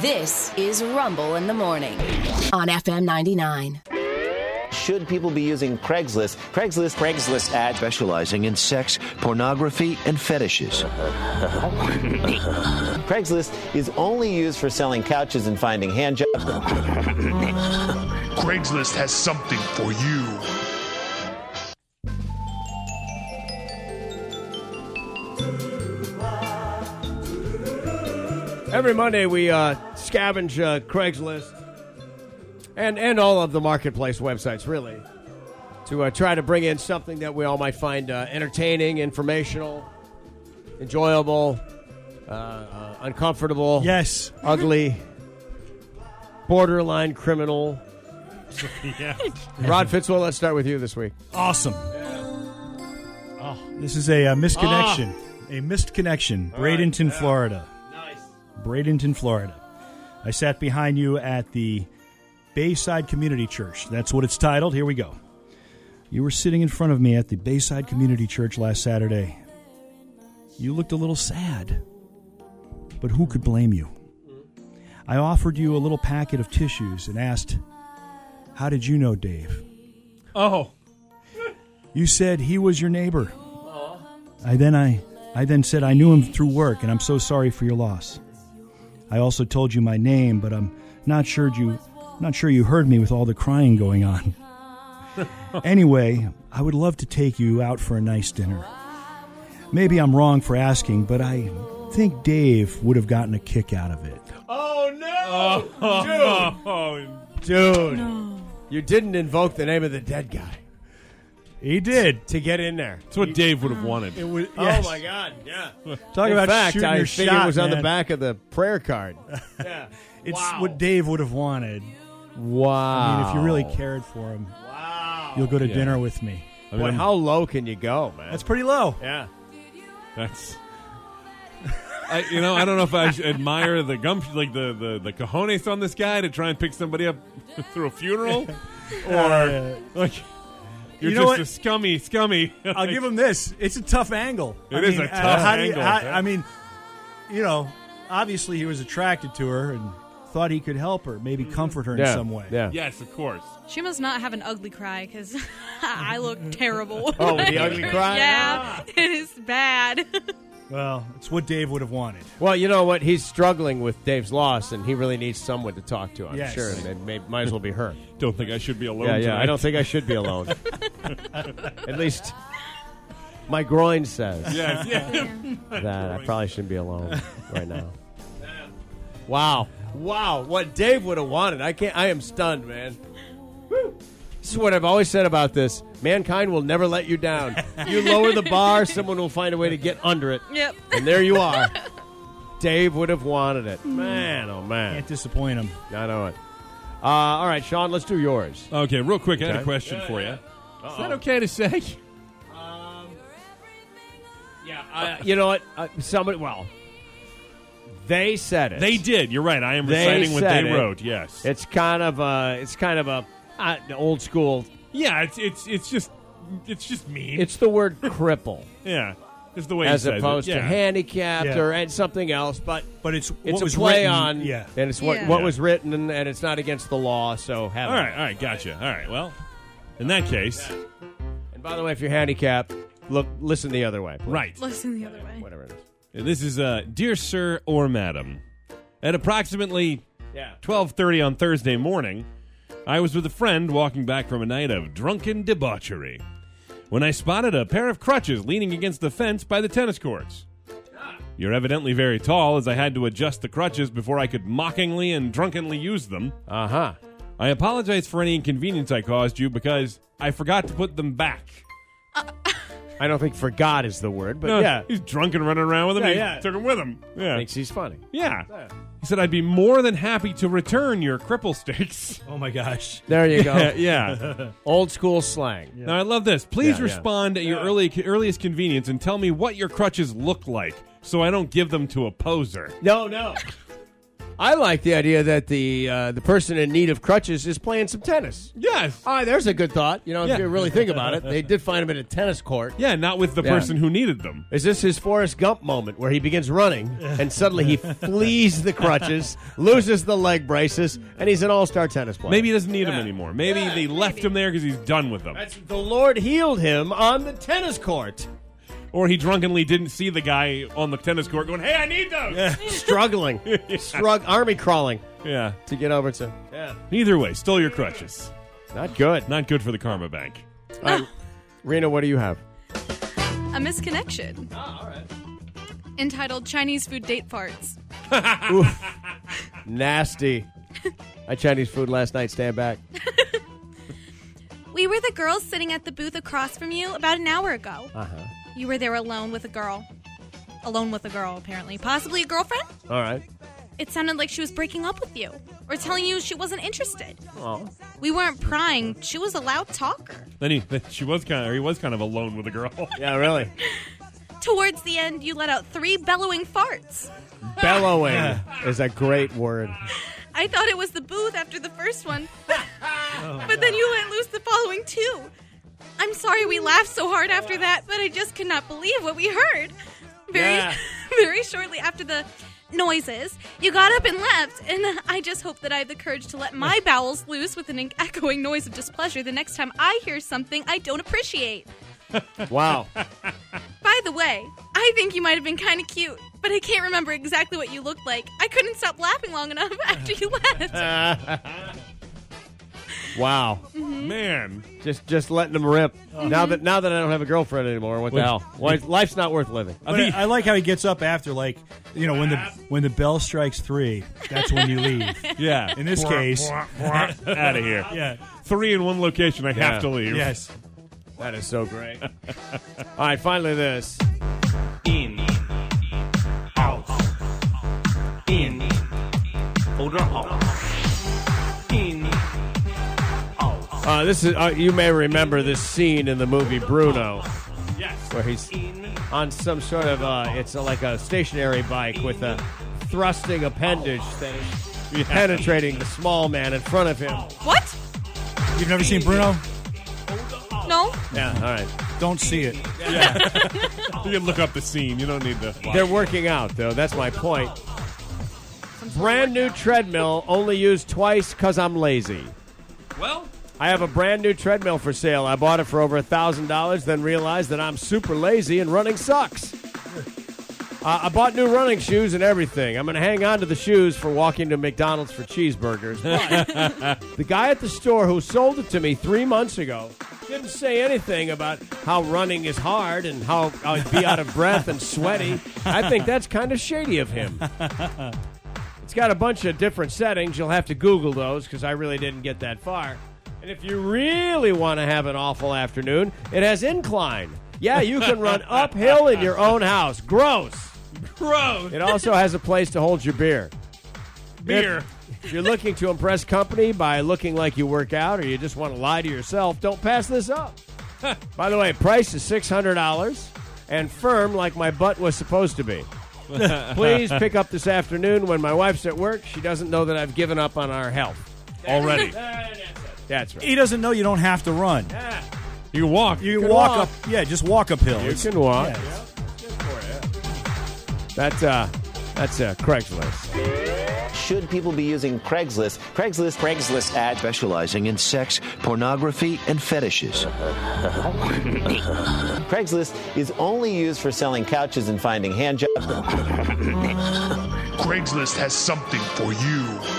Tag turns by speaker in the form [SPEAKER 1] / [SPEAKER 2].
[SPEAKER 1] This is Rumble in the Morning on FM 99.
[SPEAKER 2] Should people be using Craigslist? Craigslist, Craigslist ad.
[SPEAKER 3] specializing in sex, pornography, and fetishes.
[SPEAKER 2] Craigslist is only used for selling couches and finding hand jobs.
[SPEAKER 4] Craigslist has something for you.
[SPEAKER 5] Every Monday we uh, scavenge uh, Craigslist and and all of the marketplace websites really to uh, try to bring in something that we all might find uh, entertaining, informational, enjoyable, uh, uh, uncomfortable,
[SPEAKER 6] Yes.
[SPEAKER 5] ugly, borderline criminal.
[SPEAKER 6] Yeah.
[SPEAKER 5] Rod Fitzwell, let's start with you this week.
[SPEAKER 6] Awesome. This is a, uh misconnection. A missed connection. Bradenton, Florida.
[SPEAKER 5] Nice.
[SPEAKER 6] Bradenton, Florida. I sat behind you at the Bayside Community Church. That's what it's titled. Here we go. You were sitting in front of me at the Bayside Community Church last Saturday. You looked a little sad, but who could blame you? I offered you a little packet of tissues and asked, How did you know Dave?
[SPEAKER 5] Oh,
[SPEAKER 6] You said he was your neighbor. I then I I then said I knew him through work and I'm so sorry for your loss. I also told you my name, but I'm not sure you not sure you heard me with all the crying going on. anyway, I would love to take you out for a nice dinner. Maybe I'm wrong for asking, but I think Dave would have gotten a kick out of it.
[SPEAKER 5] Oh,
[SPEAKER 6] Oh,
[SPEAKER 5] dude, you didn't invoke the name of the dead guy
[SPEAKER 6] He did.
[SPEAKER 5] to get in there.
[SPEAKER 7] That's what Dave would have wanted.
[SPEAKER 6] It was,
[SPEAKER 5] Oh my God! Yeah.
[SPEAKER 6] Talk
[SPEAKER 5] in
[SPEAKER 6] about
[SPEAKER 5] fact,
[SPEAKER 6] shooting
[SPEAKER 5] I
[SPEAKER 6] your
[SPEAKER 5] think
[SPEAKER 6] shot,
[SPEAKER 5] it was on the
[SPEAKER 6] man.
[SPEAKER 5] back of the prayer card. yeah.
[SPEAKER 6] It's
[SPEAKER 5] Wow.
[SPEAKER 6] what Dave would have wanted.
[SPEAKER 5] Wow.
[SPEAKER 6] I mean, if you really cared for him,
[SPEAKER 5] Wow.
[SPEAKER 6] you'll go to
[SPEAKER 7] Oh, Yeah.
[SPEAKER 6] dinner with me.
[SPEAKER 7] I mean,
[SPEAKER 5] Boy,
[SPEAKER 7] I'm-
[SPEAKER 5] how low can you go, man?
[SPEAKER 6] That's pretty low.
[SPEAKER 5] yeah.
[SPEAKER 7] That's. I, you know, I don't know if I should admire the gum, like the, the, the cojones on this guy to try and pick somebody up through a funeral, or like you're
[SPEAKER 6] Uh, You know
[SPEAKER 7] just
[SPEAKER 6] what?
[SPEAKER 7] a scummy, scummy.
[SPEAKER 6] I'll give him this. It's a tough angle. It
[SPEAKER 7] It
[SPEAKER 6] is
[SPEAKER 7] is a tough
[SPEAKER 6] how Do
[SPEAKER 7] angle,
[SPEAKER 6] you, how-
[SPEAKER 7] yeah.
[SPEAKER 6] I mean, you know, obviously he was attracted to her and thought he could help her, maybe
[SPEAKER 7] Mm-hmm.
[SPEAKER 6] comfort her in
[SPEAKER 5] yeah.
[SPEAKER 6] some way.
[SPEAKER 5] Yeah.
[SPEAKER 7] yes, of course.
[SPEAKER 8] She must not have an ugly cry because I look terrible.
[SPEAKER 5] Oh, the ugly cry?
[SPEAKER 8] Yeah, it is bad.
[SPEAKER 6] Well, it's what Dave would have wanted.
[SPEAKER 5] Well, you know what? He's struggling with Dave's loss, and he really needs someone to talk to. I'm
[SPEAKER 6] Yes.
[SPEAKER 5] sure, and it may, might as well be her.
[SPEAKER 7] Don't think I should be alone.
[SPEAKER 5] yeah, yeah.
[SPEAKER 7] tonight.
[SPEAKER 5] I don't think I should be alone. At least my groin says
[SPEAKER 7] Yes, yeah.
[SPEAKER 5] that I probably shouldn't be alone right now. Wow, wow! What Dave would have wanted. I can't. I am stunned, man. Woo. This is what I've always said about this. Mankind will never let you down. You lower the bar, someone will find a way to get under it.
[SPEAKER 8] Yep.
[SPEAKER 5] And there you are. Dave would have wanted it. Man, oh man.
[SPEAKER 6] Can't disappoint him.
[SPEAKER 5] I know it. Uh, all right, Sean, let's do yours.
[SPEAKER 7] Okay, real quick, I had
[SPEAKER 5] Okay.
[SPEAKER 7] a question for you. Is that okay to say?
[SPEAKER 5] Um, Yeah, you know what? Uh, somebody, well, they said it.
[SPEAKER 7] They did. You're right. I am
[SPEAKER 5] They
[SPEAKER 7] reciting what
[SPEAKER 5] said
[SPEAKER 7] they
[SPEAKER 5] it.
[SPEAKER 7] wrote. Yes.
[SPEAKER 5] It's kind of a, it's kind of a uh, old school.
[SPEAKER 7] yeah. It's it's it's just it's just mean.
[SPEAKER 5] It's the word cripple
[SPEAKER 7] yeah. Is the way
[SPEAKER 5] as
[SPEAKER 7] he says
[SPEAKER 5] opposed
[SPEAKER 7] it.
[SPEAKER 5] to
[SPEAKER 7] Yeah.
[SPEAKER 5] handicapped
[SPEAKER 6] Yeah.
[SPEAKER 5] or and something else, but.
[SPEAKER 6] But it's what
[SPEAKER 5] It's
[SPEAKER 6] was
[SPEAKER 5] a play
[SPEAKER 6] written-
[SPEAKER 5] on,
[SPEAKER 6] Yeah.
[SPEAKER 5] and it's what,
[SPEAKER 8] Yeah.
[SPEAKER 5] what
[SPEAKER 7] Yeah.
[SPEAKER 5] was written, and, and it's not against the law. So have
[SPEAKER 7] All
[SPEAKER 5] it.
[SPEAKER 7] right, all right, gotcha. All right, well, in that case,
[SPEAKER 5] And by the way, if you're handicapped, look, listen the other way. please.
[SPEAKER 7] right.
[SPEAKER 8] Listen the other way.
[SPEAKER 5] Whatever it is.
[SPEAKER 7] This is uh, dear sir or madam. At approximately
[SPEAKER 5] Yeah.
[SPEAKER 7] 12:30 on Thursday morning, I was with a friend walking back from a night of drunken debauchery when I spotted a pair of crutches leaning against the fence by the tennis courts. You're evidently very tall as I had to adjust the crutches before I could mockingly and drunkenly use them.
[SPEAKER 5] Uh huh.
[SPEAKER 7] I apologize for any inconvenience I caused you because I forgot to put them back.
[SPEAKER 5] I don't think forgot is the word, but
[SPEAKER 7] No,
[SPEAKER 5] yeah,
[SPEAKER 7] he's drunk and running around with him.
[SPEAKER 5] Yeah,
[SPEAKER 7] he
[SPEAKER 5] yeah.
[SPEAKER 7] took him with him. Yeah.
[SPEAKER 5] thinks he's funny.
[SPEAKER 7] yeah. He said, "I'd be more than happy to return your cripple sticks."
[SPEAKER 6] Oh my gosh.
[SPEAKER 5] There you go.
[SPEAKER 7] yeah.
[SPEAKER 5] Old school slang.
[SPEAKER 7] Now I love this. Please
[SPEAKER 5] Yeah, yeah.
[SPEAKER 7] respond at your early, earliest convenience and tell me what your crutches look like, so I don't give them to a poser.
[SPEAKER 5] No, no. I like the idea that the uh, the person in need of crutches is playing some tennis.
[SPEAKER 7] Yes.
[SPEAKER 5] Ah, there's a good thought. You know, if
[SPEAKER 7] Yeah.
[SPEAKER 5] you really think about it, they did find him in a tennis court.
[SPEAKER 7] Yeah, not with the
[SPEAKER 5] Yeah.
[SPEAKER 7] person who needed them.
[SPEAKER 5] Is this his Forrest Gump moment where he begins running and suddenly he flees the crutches, loses the leg braces, and he's an all-star tennis player?
[SPEAKER 7] Maybe he doesn't need them anymore. Maybe they left him there because he's done with them.
[SPEAKER 5] That's, the Lord healed him on the tennis court,
[SPEAKER 7] Or he drunkenly didn't see the guy on the tennis court going, hey, I need those. Yeah.
[SPEAKER 5] struggling, strug, army crawling to get over to.
[SPEAKER 7] Either way, stole your crutches.
[SPEAKER 5] Not good.
[SPEAKER 7] Not good for the karma bank.
[SPEAKER 5] Rena, what do you have?
[SPEAKER 8] A misconnection. Oh, all right. Entitled Chinese Food Date Farts.
[SPEAKER 5] Nasty. I Chinese food last night. Stand back.
[SPEAKER 8] We were the girls sitting at the booth across from you about an hour ago. Uh
[SPEAKER 5] Uh-huh.
[SPEAKER 8] huh. You were there alone with a girl. Alone with a girl, apparently. Possibly a girlfriend?
[SPEAKER 5] All right.
[SPEAKER 8] It sounded like she was breaking up with you or telling you she wasn't interested. We weren't prying. She was a loud talker.
[SPEAKER 7] Then he, then she was kind of, or he was kind of alone with a girl.
[SPEAKER 5] Yeah, really.
[SPEAKER 8] Towards the end, you let out three bellowing farts.
[SPEAKER 5] Bellowing is a great word.
[SPEAKER 8] I thought it was the booth after the first one, but then you let loose the following two. I'm sorry we laughed so hard after that, but I just could not believe what we heard. Very,
[SPEAKER 5] Yeah.
[SPEAKER 8] very shortly after the noises, you got up and left, and I just hope that I have the courage to let my bowels loose with an echoing noise of displeasure the next time I hear something I don't appreciate.
[SPEAKER 5] Wow.
[SPEAKER 8] By the way, I think you might have been kind of cute, but I can't remember exactly what you looked like. I couldn't stop laughing long enough after you left.
[SPEAKER 5] Wow.
[SPEAKER 7] Man.
[SPEAKER 5] Just just letting them rip.
[SPEAKER 7] Mm-hmm.
[SPEAKER 5] Now that now that I don't have a girlfriend anymore, what the
[SPEAKER 7] Which-
[SPEAKER 5] hell? Why, life's not worth living.
[SPEAKER 7] I
[SPEAKER 6] But
[SPEAKER 7] think-
[SPEAKER 6] I, I like how he gets up after, like, you know, when the when the bell strikes three, that's when you leave.
[SPEAKER 7] yeah.
[SPEAKER 6] In this case,
[SPEAKER 7] out of here.
[SPEAKER 6] yeah,
[SPEAKER 7] Three in one location. I
[SPEAKER 5] Yeah.
[SPEAKER 7] have to leave.
[SPEAKER 6] yes.
[SPEAKER 5] That is so great. All right, finally this.
[SPEAKER 9] In, out, in oder out. In, out,
[SPEAKER 5] Uh, this is uh, you may remember this scene in the movie Bruno,
[SPEAKER 9] yes.
[SPEAKER 5] where he's
[SPEAKER 9] In,
[SPEAKER 5] on some sort of uh, it's uh like a stationary bike with a thrusting appendage thing penetrating the small man in front of him.
[SPEAKER 8] What?
[SPEAKER 6] You've never seen Bruno?
[SPEAKER 8] No?
[SPEAKER 5] Yeah, all right.
[SPEAKER 6] Don't see it.
[SPEAKER 7] You can look up the scene. You don't need to.
[SPEAKER 5] They're working out though. That's my point. Brand new treadmill, only used twice because I'm lazy.
[SPEAKER 7] Well,
[SPEAKER 5] I have a brand new treadmill for sale. I bought it for over $1,000, then realized that I'm super lazy and running sucks. Uh, I bought new running shoes and everything. I'm going to hang on to the shoes for walking to McDonald's for cheeseburgers. but the guy at the store who sold it to me three months ago didn't say anything about how running is hard and how I'd be out of breath and sweaty. I think that's kind of shady of him. It's got a bunch of different settings. You'll have to Google those because I really didn't get that far. And if you really want to have an awful afternoon, it has incline. Yeah, you can run uphill in your own house. Gross.
[SPEAKER 7] gross.
[SPEAKER 5] It also has a place to hold your beer.
[SPEAKER 7] Beer.
[SPEAKER 5] If you're looking to impress company by looking like you work out or you just want to lie to yourself, don't pass this up. By the way, price is $600 and firm like my butt was supposed to be. Please pick up this afternoon when my wife's at work. She doesn't know that I've given up on our health.
[SPEAKER 7] Already.
[SPEAKER 5] That's right.
[SPEAKER 6] He doesn't know you don't have to run.
[SPEAKER 7] You can walk.
[SPEAKER 6] You
[SPEAKER 5] can
[SPEAKER 6] walk,
[SPEAKER 5] walk.
[SPEAKER 6] up. Yeah, just walk uphill.
[SPEAKER 5] You
[SPEAKER 6] It's-
[SPEAKER 5] can walk.
[SPEAKER 6] yeah.
[SPEAKER 5] That's uh, that's uh, Craigslist.
[SPEAKER 2] Should people be using Craigslist? Craigslist, Craigslist ad.
[SPEAKER 3] Specializing in sex, pornography, and fetishes.
[SPEAKER 2] Craigslist is only used for selling couches and finding hand jobs.
[SPEAKER 4] Craigslist has something for you.